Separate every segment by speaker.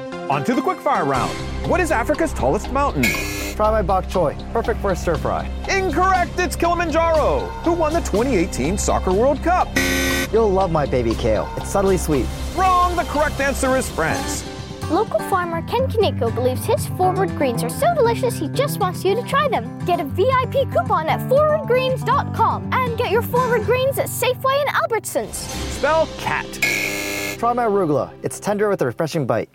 Speaker 1: On to the quickfire round. What is Africa's tallest mountain?
Speaker 2: Try my bok choy. Perfect for a stir fry.
Speaker 1: Incorrect, it's Kilimanjaro. Who won the 2018 Soccer World Cup?
Speaker 2: You'll love my baby kale. It's subtly sweet.
Speaker 1: Wrong, the correct answer is France.
Speaker 3: Local farmer Ken Kaneko believes his Forward Greens are so delicious he just wants you to try them. Get a VIP coupon at forwardgreens.com and get your Forward Greens at Safeway and Albertsons.
Speaker 1: Spell cat.
Speaker 2: Try my arugula. It's tender with a refreshing bite.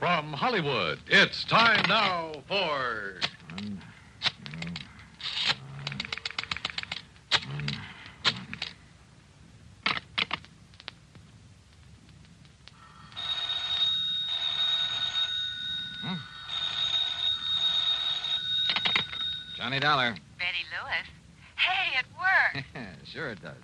Speaker 4: From Hollywood, it's time now for. Johnny Dollar.
Speaker 5: Betty Lewis. Hey, it worked.
Speaker 4: sure it does.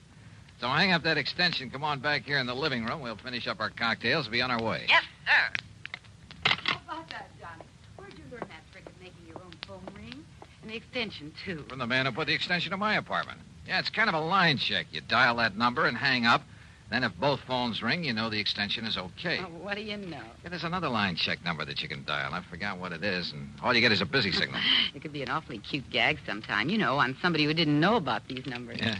Speaker 4: So hang up that extension. Come on back here in the living room. We'll finish up our cocktails. Be on our way.
Speaker 5: yes, sir.
Speaker 6: How about that, Johnny? Where'd you learn that trick of making your own phone ring? And the extension, too.
Speaker 4: From the man who put the extension to my apartment. Yeah, it's kind of a line check. You dial that number and hang up. Then if both phones ring, you know the extension is okay.
Speaker 6: Oh, what do you know?
Speaker 4: Yeah, there's another line check number that you can dial. I forgot what it is, and all you get is a busy signal.
Speaker 6: It could be an awfully cute gag sometime, you know, on somebody who didn't know about these numbers.
Speaker 4: Yeah.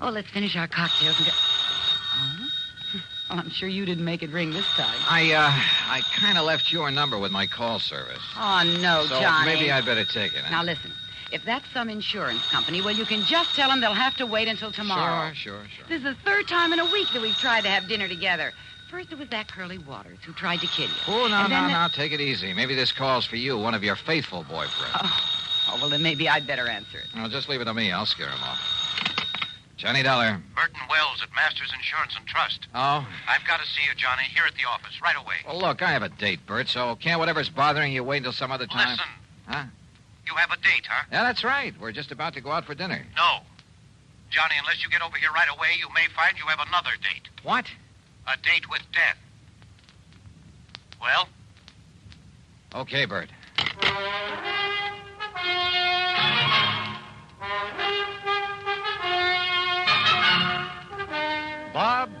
Speaker 6: Oh, let's finish our cocktails and go. Oh? Oh, I'm sure you didn't make it ring this time.
Speaker 4: I uh, I kind of left your number with my call service.
Speaker 6: Oh, no,
Speaker 4: so
Speaker 6: Johnny.
Speaker 4: maybe I'd better take it. huh?
Speaker 6: Now, listen. If that's some insurance company, well, you can just tell them they'll have to wait until tomorrow.
Speaker 4: Sure, sure, sure.
Speaker 6: This is the third time in a week that we've tried to have dinner together. First, it was that Curly Waters who tried to kill you.
Speaker 4: Oh, no, no,
Speaker 6: and then
Speaker 4: no. Take it easy. Maybe this calls for you, one of your faithful boyfriends.
Speaker 6: Oh, well, then maybe I'd better answer it.
Speaker 4: No, just leave it to me. I'll scare him off. Johnny Dollar.
Speaker 7: Burton Wells at Masters Insurance and Trust.
Speaker 4: Oh?
Speaker 7: I've got to see you, Johnny, here at the office, right away.
Speaker 4: Well, look, I have a date, Bert, so can't whatever's bothering you wait until some other time?
Speaker 7: Listen.
Speaker 4: Huh?
Speaker 7: You have a date, huh?
Speaker 4: Yeah, that's right. We're just about to go out for dinner.
Speaker 7: No. Johnny, unless you get over here right away, you may find you have another date.
Speaker 4: What?
Speaker 7: A date with death. Well?
Speaker 4: Okay, Bert. Bob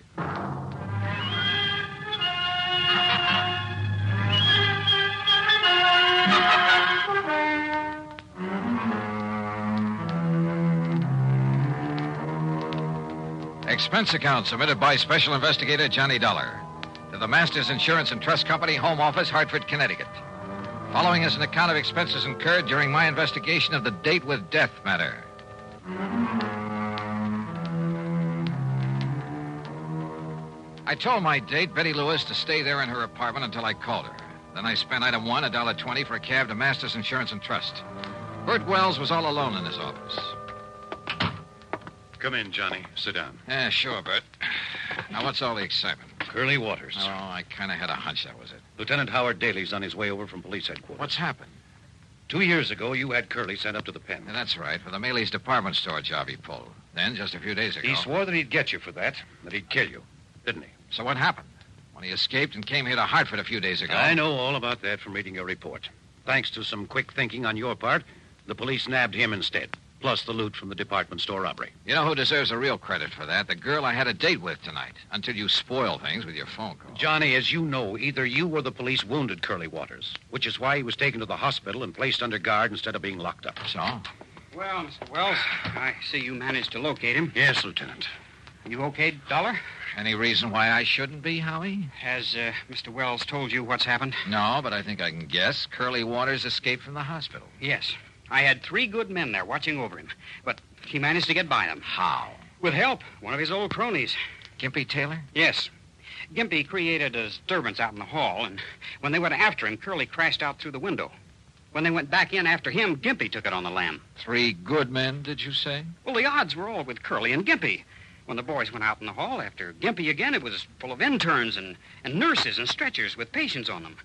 Speaker 4: Expense account submitted by Special Investigator Johnny Dollar to the Masters Insurance and Trust Company, Home Office, Hartford, Connecticut. Following is an account of expenses incurred during my investigation of the date with death matter. I told my date, Betty Lewis, to stay there in her apartment until I called her. Then I spent item one, $1.20 for a cab to Masters Insurance and Trust. Bert Wells was all alone in his office.
Speaker 8: Come in, Johnny. Sit down.
Speaker 4: Yeah, sure, Bert. Now, what's all the excitement?
Speaker 8: Curly Waters.
Speaker 4: Oh, I kind of had a hunch that was it.
Speaker 8: Lieutenant Howard Daly's on his way over from police headquarters.
Speaker 4: What's happened?
Speaker 8: Two years ago, you had Curly sent up to the pen.
Speaker 4: Yeah, that's right, for the Maley's department store job he pulled. Then, just a few days ago.
Speaker 8: He swore that he'd get you for that, that he'd kill you, didn't he?
Speaker 4: So what happened? When he escaped and came here to Hartford a few days ago.
Speaker 8: I know all about that from reading your report. Thanks to some quick thinking on your part, the police nabbed him instead, plus the loot from the department store robbery.
Speaker 4: You know who deserves the real credit for that? The girl I had a date with tonight. Until you spoil things with your phone call.
Speaker 8: Johnny, as you know, either you or the police wounded Curly Waters, which is why he was taken to the hospital and placed under guard instead of being locked up.
Speaker 4: So?
Speaker 9: Well, Mr. Wells, I see you managed to locate him.
Speaker 8: Yes, Lieutenant.
Speaker 9: You okay, Dollar?
Speaker 4: Any reason why I shouldn't be, Howie?
Speaker 9: Has uh, Mr. Wells told you what's happened?
Speaker 4: No, but I think I can guess. Curly Waters escaped from the hospital.
Speaker 9: Yes. I had three good men there watching over him, but he managed to get by them.
Speaker 4: How?
Speaker 9: With help, one of his old cronies.
Speaker 4: Gimpy Taylor?
Speaker 9: Yes. Gimpy created a disturbance out in the hall, and when they went after him, Curly crashed out through the window. When they went back in after him, Gimpy took it on the lamb.
Speaker 4: Three good men, did you say?
Speaker 9: Well, the odds were all with Curly and Gimpy. When the boys went out in the hall after Gimpy again, it was full of interns and, and nurses and stretchers with patients on them.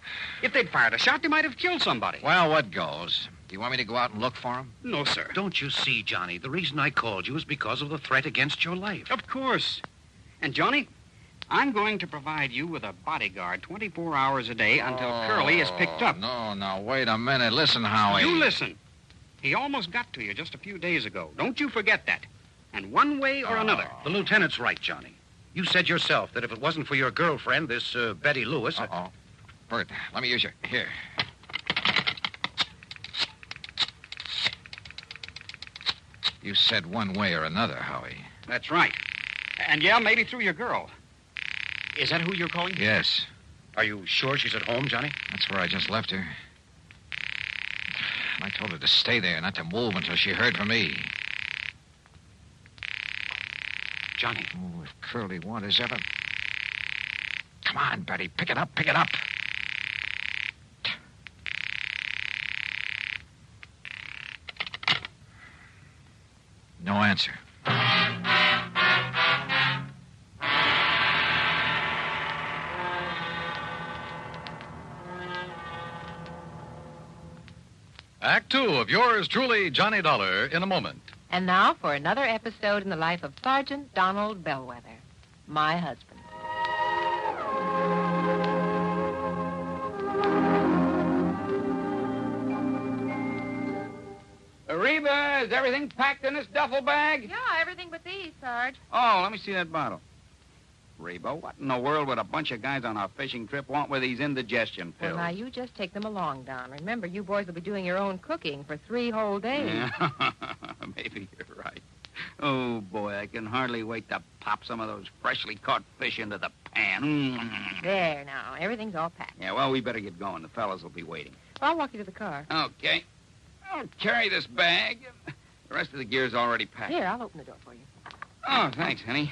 Speaker 9: If they'd fired a shot, they might have killed somebody.
Speaker 4: Well, what goes? Do you want me to go out and look for him?
Speaker 9: No, sir.
Speaker 8: Don't you see, Johnny? The reason I called you is because of the threat against your life.
Speaker 9: Of course. And, Johnny, I'm going to provide you with a bodyguard 24 hours a day until Curly is picked up.
Speaker 4: No, no, wait a minute. Listen, Howie.
Speaker 9: You listen. He almost got to you just a few days ago. Don't you forget that. And one way or another.
Speaker 10: The lieutenant's right, Johnny. You said yourself that if it wasn't for your girlfriend, this uh, Betty Lewis,
Speaker 4: Uh
Speaker 10: uh,
Speaker 4: oh. Bert, let me use your. Here. You said one way or another, Howie.
Speaker 9: That's right. And yeah, maybe through your girl. Is that who you're calling?
Speaker 4: Yes.
Speaker 10: are you sure she's at home, Johnny?
Speaker 4: That's where I just left her. And I told her to stay there, not to move until she heard from me.
Speaker 9: Johnny.
Speaker 4: Oh, if Curly wanted his ever. Come on, Betty. Pick it up, pick it up. No answer.
Speaker 11: Act two of yours truly, Johnny Dollar, in a moment.
Speaker 6: And now for another episode in the life of Sergeant Donald Bellwether, my husband.
Speaker 9: Reba, is everything packed in this duffel bag?
Speaker 6: Yeah, everything but these, Sarge.
Speaker 9: Oh, let me see that bottle. Reba, what in the world would a bunch of guys on a fishing trip want with these indigestion
Speaker 6: Well,
Speaker 9: pills?
Speaker 6: now you just take them along, Don. Remember, you boys will be doing your own cooking for three whole days.
Speaker 9: Yeah, maybe you're right. Oh, boy, I can hardly wait to pop some of those freshly caught fish into the pan. Mm.
Speaker 6: There now, everything's all packed.
Speaker 9: Yeah, well, we better get going. The fellas will be waiting.
Speaker 6: Well, I'll walk you to the car.
Speaker 9: Okay. I'll carry this bag. The rest of the gear's already packed.
Speaker 6: Here, I'll open the door for you.
Speaker 9: Oh, thanks, honey.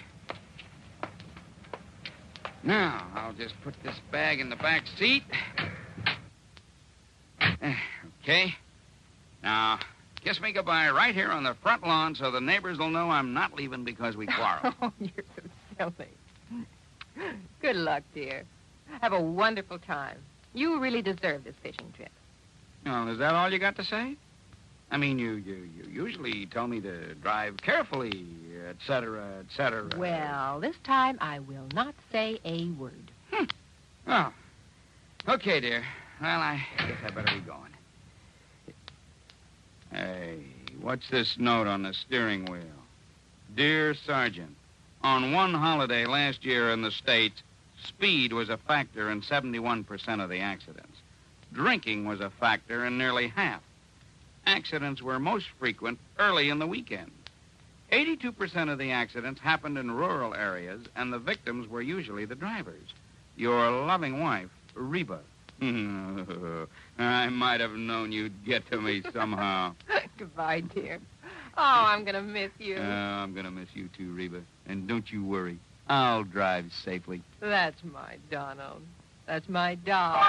Speaker 9: Now, I'll just put this bag in the back seat. Eh, Okay. Now, kiss me goodbye right here on the front lawn so the neighbors will know I'm not leaving because we quarreled.
Speaker 6: Oh, you're so silly. Good luck, dear. Have a wonderful time. You really deserve this fishing trip.
Speaker 9: now, is that all you got to say? I mean, you, you, you usually tell me to drive carefully, et cetera, et cetera.
Speaker 6: Well, this time I will not say a word.
Speaker 9: Oh. Okay, dear. Well, I guess I better be going. Hey, what's this note on the steering wheel? Dear Sergeant, on one holiday last year in the States, speed was a factor in 71% of the accidents. Drinking was a factor in nearly half. Accidents were most frequent early in the weekend. 82% of the accidents happened in rural areas, and the victims were usually the drivers your loving wife, Reba. I might have known you'd get to me somehow.
Speaker 6: Goodbye, dear. Oh, I'm going to miss you.
Speaker 9: Uh, I'm going to miss you too, Reba. And don't you worry. I'll drive safely.
Speaker 6: That's my Donald. That's my doll.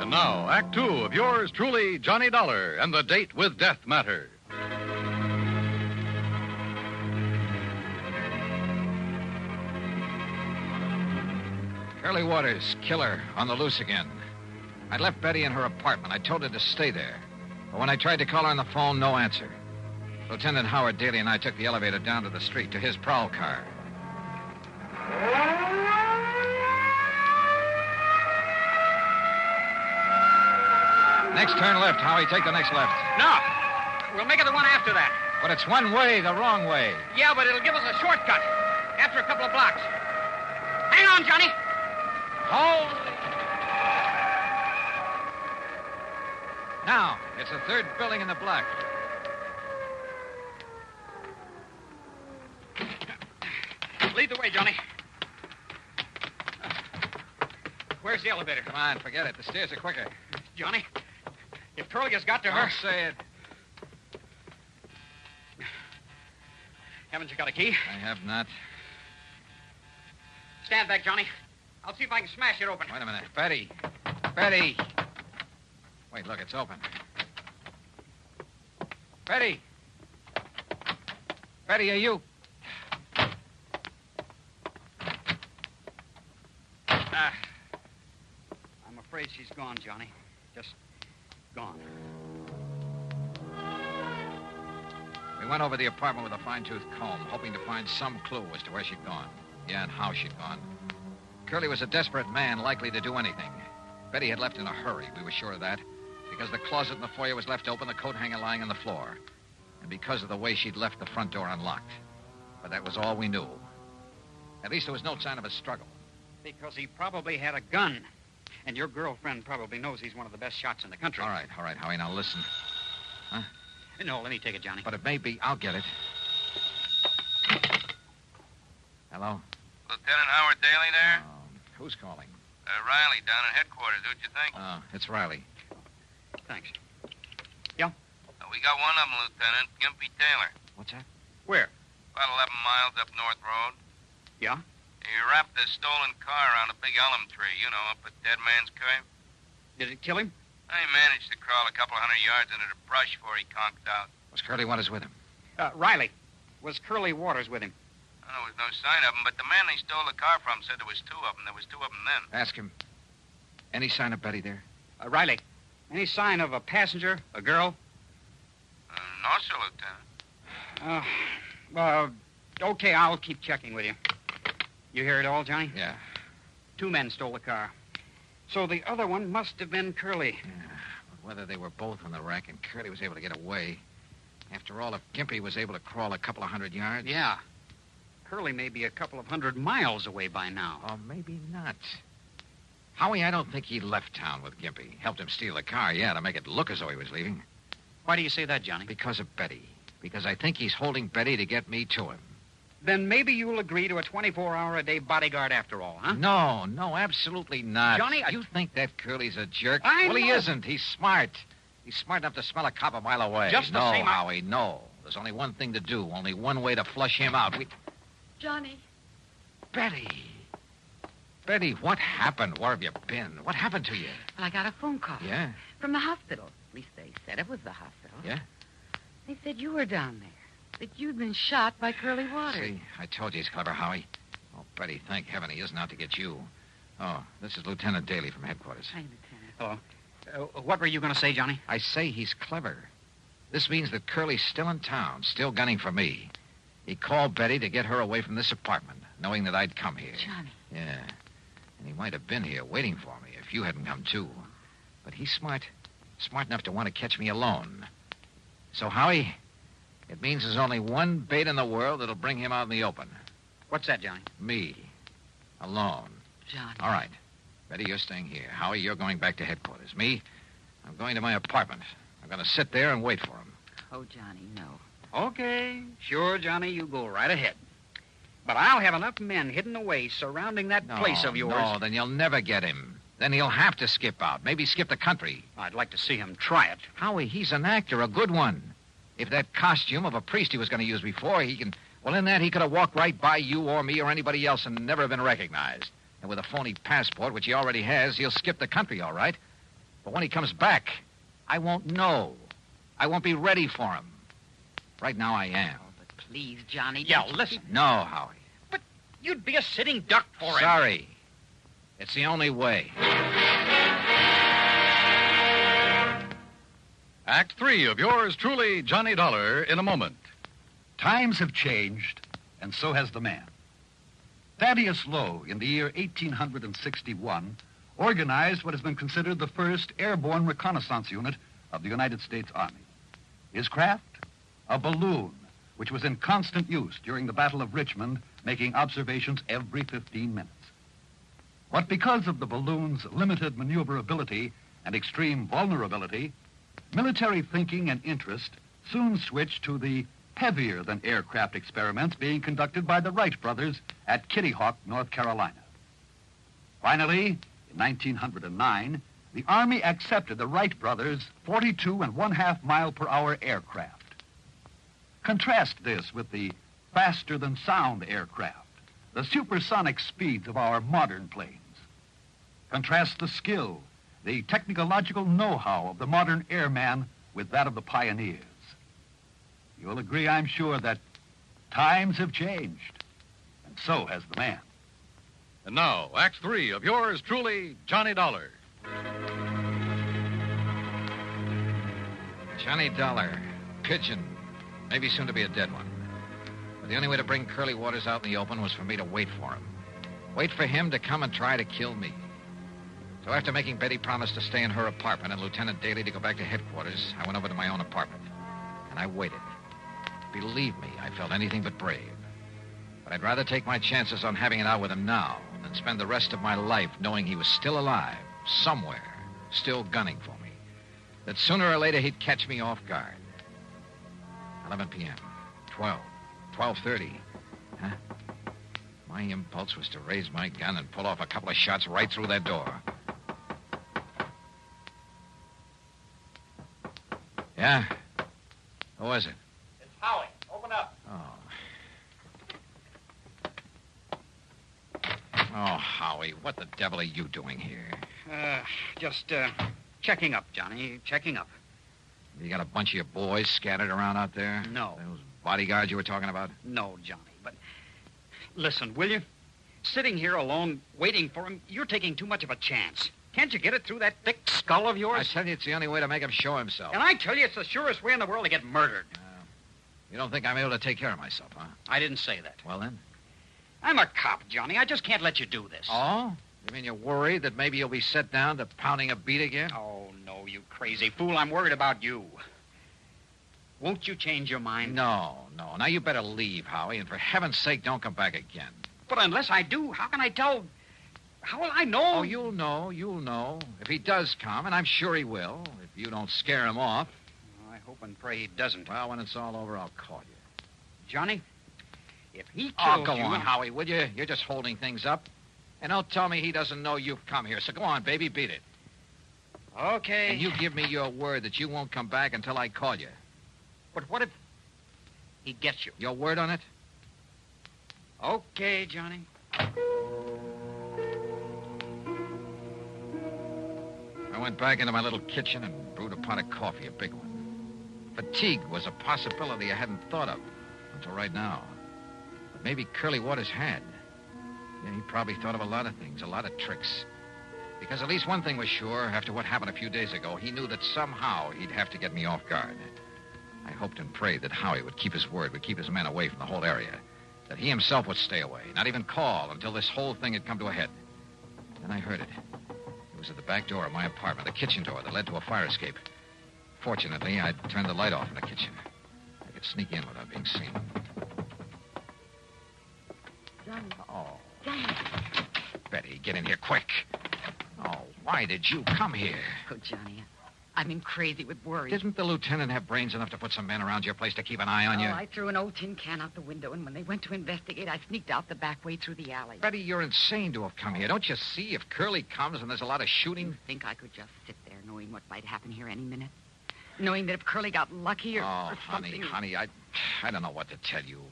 Speaker 11: And now, Act two of yours truly, Johnny Dollar, and the date with death matter.
Speaker 4: Curly Waters, killer, on the loose again. I'd left Betty in her apartment. I told her to stay there. But when I tried to call her on the phone, no answer. Lieutenant Howard Daly and I took the elevator down to the street to his prowl car. Next turn left, Howie. Take the next left.
Speaker 9: No! We'll make it the one after that.
Speaker 4: But it's one way, the wrong way.
Speaker 9: Yeah, but it'll give us a shortcut after a couple of blocks. Hang on, Johnny. Hold.
Speaker 4: Now, it's the third building in the block.
Speaker 9: Lead the way, Johnny. Where's the elevator?
Speaker 4: Come on, forget it. The stairs are quicker.
Speaker 9: Johnny, if Curly has got to her,
Speaker 4: Don't say it.
Speaker 9: haven't you got a key?
Speaker 4: I have not.
Speaker 9: Stand back, Johnny. I'll see if I can smash it open.
Speaker 4: Wait a minute. Betty. Betty. Wait, look, it's open. Betty. Betty, are you?
Speaker 9: Ah, I'm afraid she's gone, Johnny. Just
Speaker 12: Gone.
Speaker 4: We went over the apartment with a fine tooth comb, hoping to find some clue as to where she'd gone. Yeah, and how she'd gone. Curly was a desperate man, likely to do anything. Betty had left in a hurry, we were sure of that, because the closet in the foyer was left open, the coat hanger lying on the floor, and because of the way she'd left the front door unlocked. But that was all we knew. At least there was no sign of a struggle.
Speaker 9: Because he probably had a gun. And your girlfriend probably knows he's one of the best shots in the country.
Speaker 4: All right, all right, Howie, now listen. Huh?
Speaker 9: No, let me take it, Johnny.
Speaker 4: But it may be. I'll get it. Hello? Um,
Speaker 7: Lieutenant Howard Daly there?
Speaker 4: Who's calling?
Speaker 7: Uh, Riley down at headquarters, don't you think?
Speaker 4: Oh, it's Riley.
Speaker 9: Thanks.
Speaker 7: Uh, we got one of them, Lieutenant. Gimpy Taylor.
Speaker 4: What's that?
Speaker 9: Where?
Speaker 7: About 11 miles up North Road.
Speaker 9: Yeah?
Speaker 7: He wrapped a stolen car around a big elm tree, you know, up at Dead Man's Cave.
Speaker 9: Did it kill him?
Speaker 7: I managed to crawl a couple hundred yards into the brush before he conked out.
Speaker 4: Was Curly Waters with him?
Speaker 9: Uh, Riley. Was Curly Waters with him?
Speaker 7: Well, there was no sign of him, but the man they stole the car from said there was two of them. There was two of them then.
Speaker 4: Ask him. Any sign of Betty there?
Speaker 9: Uh, Riley, any sign of a passenger, a girl?
Speaker 7: Uh, no, sir, Lieutenant.
Speaker 9: Uh, uh, okay, I'll keep checking with you. You hear it all, Johnny?
Speaker 4: Yeah.
Speaker 9: Two men stole the car. So the other one must have been Curly.
Speaker 4: But whether they were both on the rack and Curly was able to get away. After all, if Gimpy was able to crawl a couple of hundred yards.
Speaker 9: Yeah. Curly may be a couple of hundred miles away by now.
Speaker 4: Or maybe not. Howie, I don't think he left town with Gimpy. Helped him steal the car, yeah, to make it look as though he was leaving.
Speaker 9: Why do you say that, Johnny?
Speaker 4: Because of Betty. Because I think he's holding Betty to get me to him.
Speaker 9: Then maybe you'll agree to a 24 hour a day bodyguard after all, huh?
Speaker 4: No, no, absolutely not.
Speaker 9: Johnny, I-
Speaker 4: you think that Curly's a jerk?
Speaker 9: I
Speaker 4: well, he
Speaker 9: know.
Speaker 4: isn't. He's smart. He's smart enough to smell a cop a mile away.
Speaker 9: Just the
Speaker 4: no,
Speaker 9: same, I-
Speaker 4: Howie, no. There's only one thing to do, only one way to flush him out. We...
Speaker 6: Johnny,
Speaker 4: Betty. Betty, what happened? Where have you been? What happened to you?
Speaker 6: Well, I got a phone call.
Speaker 4: Yeah.
Speaker 6: From the hospital. At least they said it was the hospital.
Speaker 4: Yeah?
Speaker 6: They said you were down there. That you'd been shot by Curly Waters.
Speaker 4: See, I told you he's clever, Howie. Oh, Betty, thank heaven he isn't out to get you. Oh, this is Lieutenant Daly from headquarters.
Speaker 6: Hi, Lieutenant.
Speaker 9: Uh, what were you going to say, Johnny?
Speaker 4: I say he's clever. This means that Curly's still in town, still gunning for me. He called Betty to get her away from this apartment, knowing that I'd come here.
Speaker 6: Johnny.
Speaker 4: Yeah. And he might have been here waiting for me if you hadn't come, too. But he's smart. Smart enough to want to catch me alone. So, Howie, it means there's only one bait in the world that'll bring him out in the open
Speaker 9: What's that, Johnny?
Speaker 4: me. Alone.
Speaker 6: Johnny.
Speaker 4: All right. Betty, you're staying here. Howie, you're going back to headquarters. Me, I'm going to my apartment. I'm going to sit there and wait for him.
Speaker 6: Oh, Johnny, no.
Speaker 9: Okay, sure, Johnny, you go right ahead. But I'll have enough men hidden away surrounding that
Speaker 4: No,
Speaker 9: place of yours.
Speaker 4: No, then you'll never get him. Then he'll have to skip out, maybe skip the country.
Speaker 9: I'd like to see him try it.
Speaker 4: Howie, he's an actor, a good one. If that costume of a priest he was going to use before, he can. Well, in that, he could have walked right by you or me or anybody else and never have been recognized. And with a phony passport, which he already has, he'll skip the country, all right. But when he comes back, I won't know. I won't be ready for him. Right now, I am.
Speaker 6: But please, Johnny.
Speaker 9: Yeah,
Speaker 6: don't-
Speaker 9: listen.
Speaker 4: No, Howie.
Speaker 9: You'd be a sitting duck for him.
Speaker 4: Sorry. It's the only way.
Speaker 13: Act three of yours truly, Johnny Dollar, in a moment.
Speaker 14: Times have changed, and so has the man. Thaddeus Lowe, in the year 1861, organized what has been considered the first airborne reconnaissance unit of the United States Army. His craft? A balloon, which was in constant use during the Battle of Richmond, making observations every 15 minutes. But because of the balloon's limited maneuverability and extreme vulnerability, military thinking and interest soon switched to the heavier than aircraft experiments being conducted by the Wright brothers at Kitty Hawk, North Carolina. Finally, in 1909, the Army accepted the Wright brothers' 42 and one half mile per hour aircraft. Contrast this with the faster than sound aircraft, the supersonic speeds of our modern planes. Contrast the skill, the technological know-how of the modern airman with that of the pioneers. You'll agree, I'm sure, that times have changed, and so has the man.
Speaker 13: And now, Act three of yours truly, Johnny Dollar.
Speaker 4: Johnny Dollar, pigeon, maybe soon to be a dead one. But the only way to bring Curly Waters out in the open was for me to wait for him. Wait for him to come and try to kill me. So after making Betty promise to stay in her apartment and Lieutenant Daly to go back to headquarters, I went over to my own apartment. And I waited. Believe me, I felt anything but brave. But I'd rather take my chances on having it out with him now than spend the rest of my life knowing he was still alive, somewhere, still gunning for me. That sooner or later he'd catch me off guard. 11 p.m., 12, 12.30. Huh? My impulse was to raise my gun and pull off a couple of shots right through that door. Yeah? Who was it?
Speaker 15: It's Howie. Open up.
Speaker 4: Oh. Oh, Howie, what the devil are you doing here?
Speaker 16: Uh, just uh, checking up, Johnny. Checking up.
Speaker 4: You got a bunch of your boys scattered around out there?
Speaker 16: No.
Speaker 4: Those bodyguards you were talking about?
Speaker 16: No, Johnny. But listen, will you? Sitting here alone, waiting for him, you're taking too much of a chance. Can't you get it through that thick skull of yours?
Speaker 4: I tell you, it's the only way to make him show himself.
Speaker 16: And I tell you, it's the surest way in the world to get murdered.
Speaker 4: You don't think I'm able to take care of myself, huh?
Speaker 16: I didn't say that.
Speaker 4: Well, then.
Speaker 16: I'm a cop, Johnny. I just can't let you do this.
Speaker 4: Oh? You mean you're worried that maybe you'll be set down to pounding a beat again?
Speaker 16: Oh, no, you crazy fool. I'm worried about you. Won't you change your mind?
Speaker 4: No, no. Now you better leave, Howie, and for heaven's sake, don't come back again.
Speaker 16: But unless I do, how can I tell? How will I know?
Speaker 4: Oh, you'll know, you'll know. If he does come, and I'm sure he will, if you don't scare him off.
Speaker 16: I hope and pray he doesn't.
Speaker 4: Well, when it's all over, I'll call you.
Speaker 16: Johnny, if he
Speaker 4: Oh,
Speaker 16: kills
Speaker 4: go
Speaker 16: you...
Speaker 4: on, Howie, will you? You're just holding things up. And don't tell me he doesn't know you've come here. So go on, baby, beat it.
Speaker 16: Okay.
Speaker 4: And you give me your word that you won't come back until I call you.
Speaker 16: But what if he gets you?
Speaker 4: Your word on it?
Speaker 16: Okay, Johnny.
Speaker 4: I went back into my little kitchen and brewed a pot of coffee, a big one. Fatigue was a possibility I hadn't thought of until right now. But maybe Curly Waters had. Yeah, he probably thought of a lot of things, a lot of tricks. Because at least one thing was sure after what happened a few days ago, he knew that somehow he'd have to get me off guard. I hoped and prayed that Howie would keep his word, would keep his men away from the whole area, that he himself would stay away, not even call until this whole thing had come to a head. Then I heard it. It was at the back door of my apartment, the kitchen door that led to a fire escape. Fortunately, I'd turned the light off in the kitchen. I could sneak in without being seen.
Speaker 6: Johnny,
Speaker 4: Oh,
Speaker 6: Johnny.
Speaker 4: Betty, get in here quick. Oh, why did you come here?
Speaker 6: Oh, Johnny, I've been crazy with worry.
Speaker 4: Didn't the lieutenant have brains enough to put some men around your place to keep an eye on you?
Speaker 6: Oh, I threw an old tin can out the window, and when they went to investigate, I sneaked out the back way through the alley.
Speaker 4: Betty, you're insane to have come here. Don't you see? If Curly comes and there's a lot of shooting.
Speaker 6: Think I could just sit there knowing what might happen here any minute? Knowing that if Curly got lucky or,
Speaker 4: Oh,
Speaker 6: or
Speaker 4: honey,
Speaker 6: something-
Speaker 4: honey, I, I don't know what to tell you.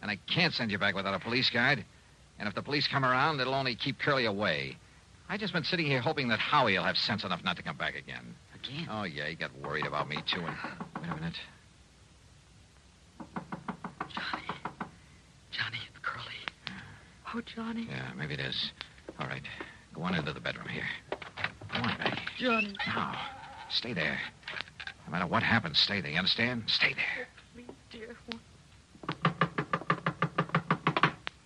Speaker 4: And I can't send you back without a police guide. And if the police come around, it'll only keep Curly away. I've just been sitting here hoping that Howie will have sense enough not to come back again.
Speaker 6: Again?
Speaker 4: Oh, yeah, he got worried about me, too. And... Wait a minute.
Speaker 6: Johnny. Johnny, it's Curly. Oh, Johnny.
Speaker 4: Yeah, maybe it is. All right, go on into the bedroom here. Go on, Betty.
Speaker 6: Johnny.
Speaker 4: Now, stay there. No matter what happens, stay there. You understand? Stay there.
Speaker 6: Please, dear. won't-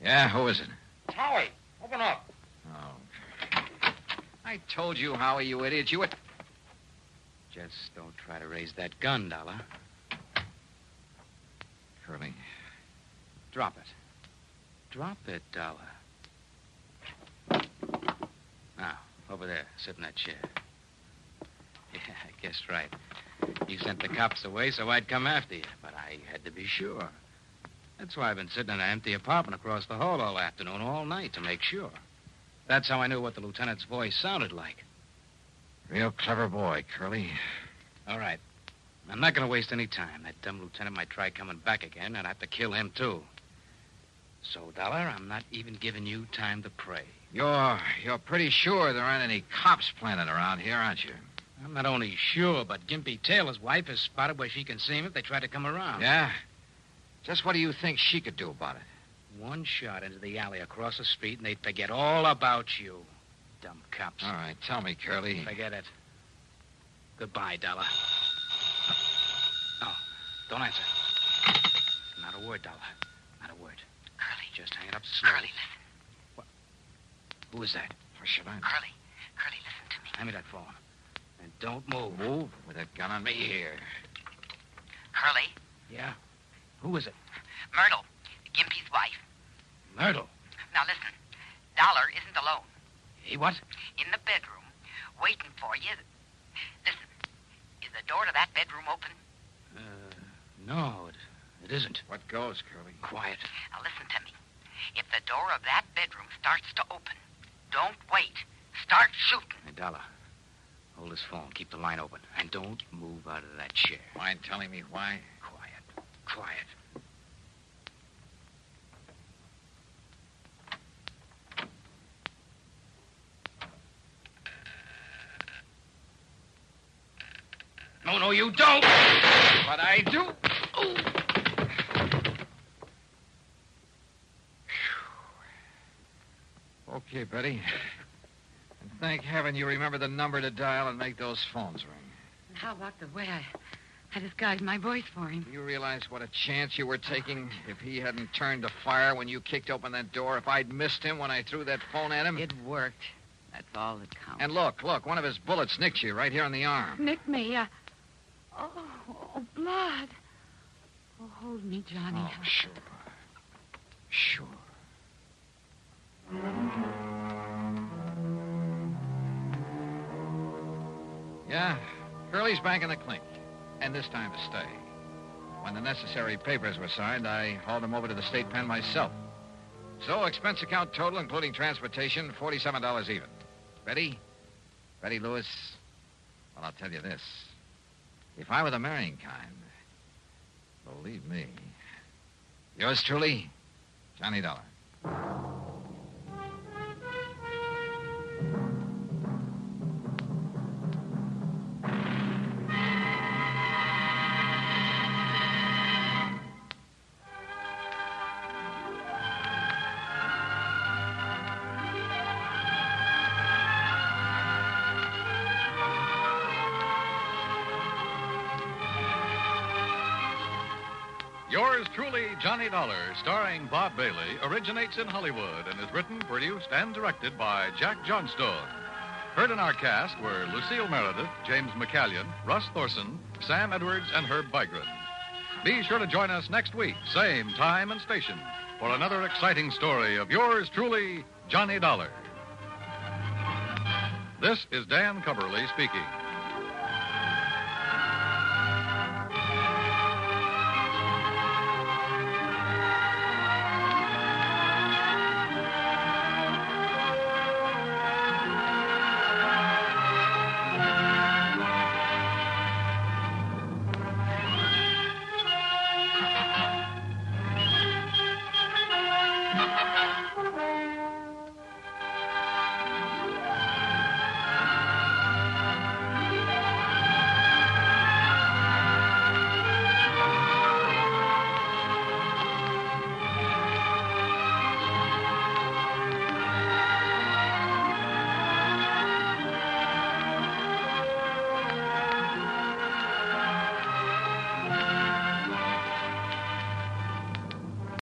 Speaker 4: Yeah, who is it?
Speaker 15: Howie, open up.
Speaker 4: Oh. I told you, Howie, you idiot. You would.
Speaker 9: Just don't try to raise that gun, Dollar.
Speaker 4: Curly,
Speaker 9: Drop it. Drop it, Dollar. Now, over there, sit in that chair. Yeah, I guess right. You sent the cops away, so I'd come after you, but I had to be sure. That's why I've been sitting in an empty apartment across the hall all afternoon, all night, to make sure. That's how I knew what the lieutenant's voice sounded like.
Speaker 4: real clever boy, Curly.
Speaker 9: All right. I'm not going to waste any time. That dumb lieutenant might try coming back again, and I'd have to kill him, too. So, Dollar, I'm not even giving you time to pray.
Speaker 4: You're you're pretty sure there aren't any cops planted around here, aren't you?
Speaker 9: I'm not only sure, but Gimpy Taylor's wife is spotted where she can see him if they try to come around.
Speaker 4: Yeah. Just what do you think she could do about it?
Speaker 9: One shot into the alley across the street, and they'd forget all about you. Dumb cops.
Speaker 4: All right, tell me, Curly.
Speaker 9: Forget it. Goodbye, Dollar. Don't answer. Not a word, Dollar. Not a word. Curly. Just hang it up slowly. Curly, listen. What? Who is that? Oh, Siobhan. Curly. Curly, listen to me. Hand me that phone. And don't move. Move? With that gun on me here.
Speaker 6: Curly,
Speaker 9: Yeah? Who is it?
Speaker 6: Myrtle, Gimpy's wife.
Speaker 9: Myrtle.
Speaker 6: Now listen, Dollar isn't alone.
Speaker 9: He what?
Speaker 6: In the bedroom, waiting for you. Listen, is the door to that bedroom open?
Speaker 9: Uh, no, it, it isn't. What goes, Curly? Quiet.
Speaker 6: Now listen to me. If the door of that bedroom starts to open, don't wait. Start shooting.
Speaker 9: Hey, Dollar. Hold this phone. Keep the line open. And don't move out of that chair. Mind telling me why? Quiet. Quiet. No, no, you don't. But I do. Oh. Okay, Betty. And thank heaven you remember the number to dial and make those phones ring.
Speaker 6: And how about the way I, I disguised my voice for him?
Speaker 9: You realize what a chance you were taking if he hadn't turned to fire when you kicked open that door, if I'd missed him when I threw that phone at him? It worked. That's all that counts. And look, look, one of his bullets nicked you right here in the arm.
Speaker 6: Nick me. Uh, oh, oh, blood. Oh, hold me, Johnny.
Speaker 9: Oh, sure. Sure. Yeah, Curly's back in the clink, and this time to stay. When the necessary papers were signed, I hauled him over to the state pen myself. So expense account total, including transportation, forty-seven dollars even. Betty, Betty Lewis. Well, I'll tell you this: if I were the marrying kind, believe me, yours truly, Johnny Dollar.
Speaker 4: Yours truly, Johnny Dollar, starring Bob Bailey, originates in Hollywood and is written, produced, and directed by Jack Johnstone. Heard in our cast were Lucille Meredith, James McCallion, Russ Thorson, Sam Edwards, and Herb Bygren. Be sure to join us next week, same time and station, for another exciting story of yours truly, Johnny Dollar. This is Dan Coverly speaking.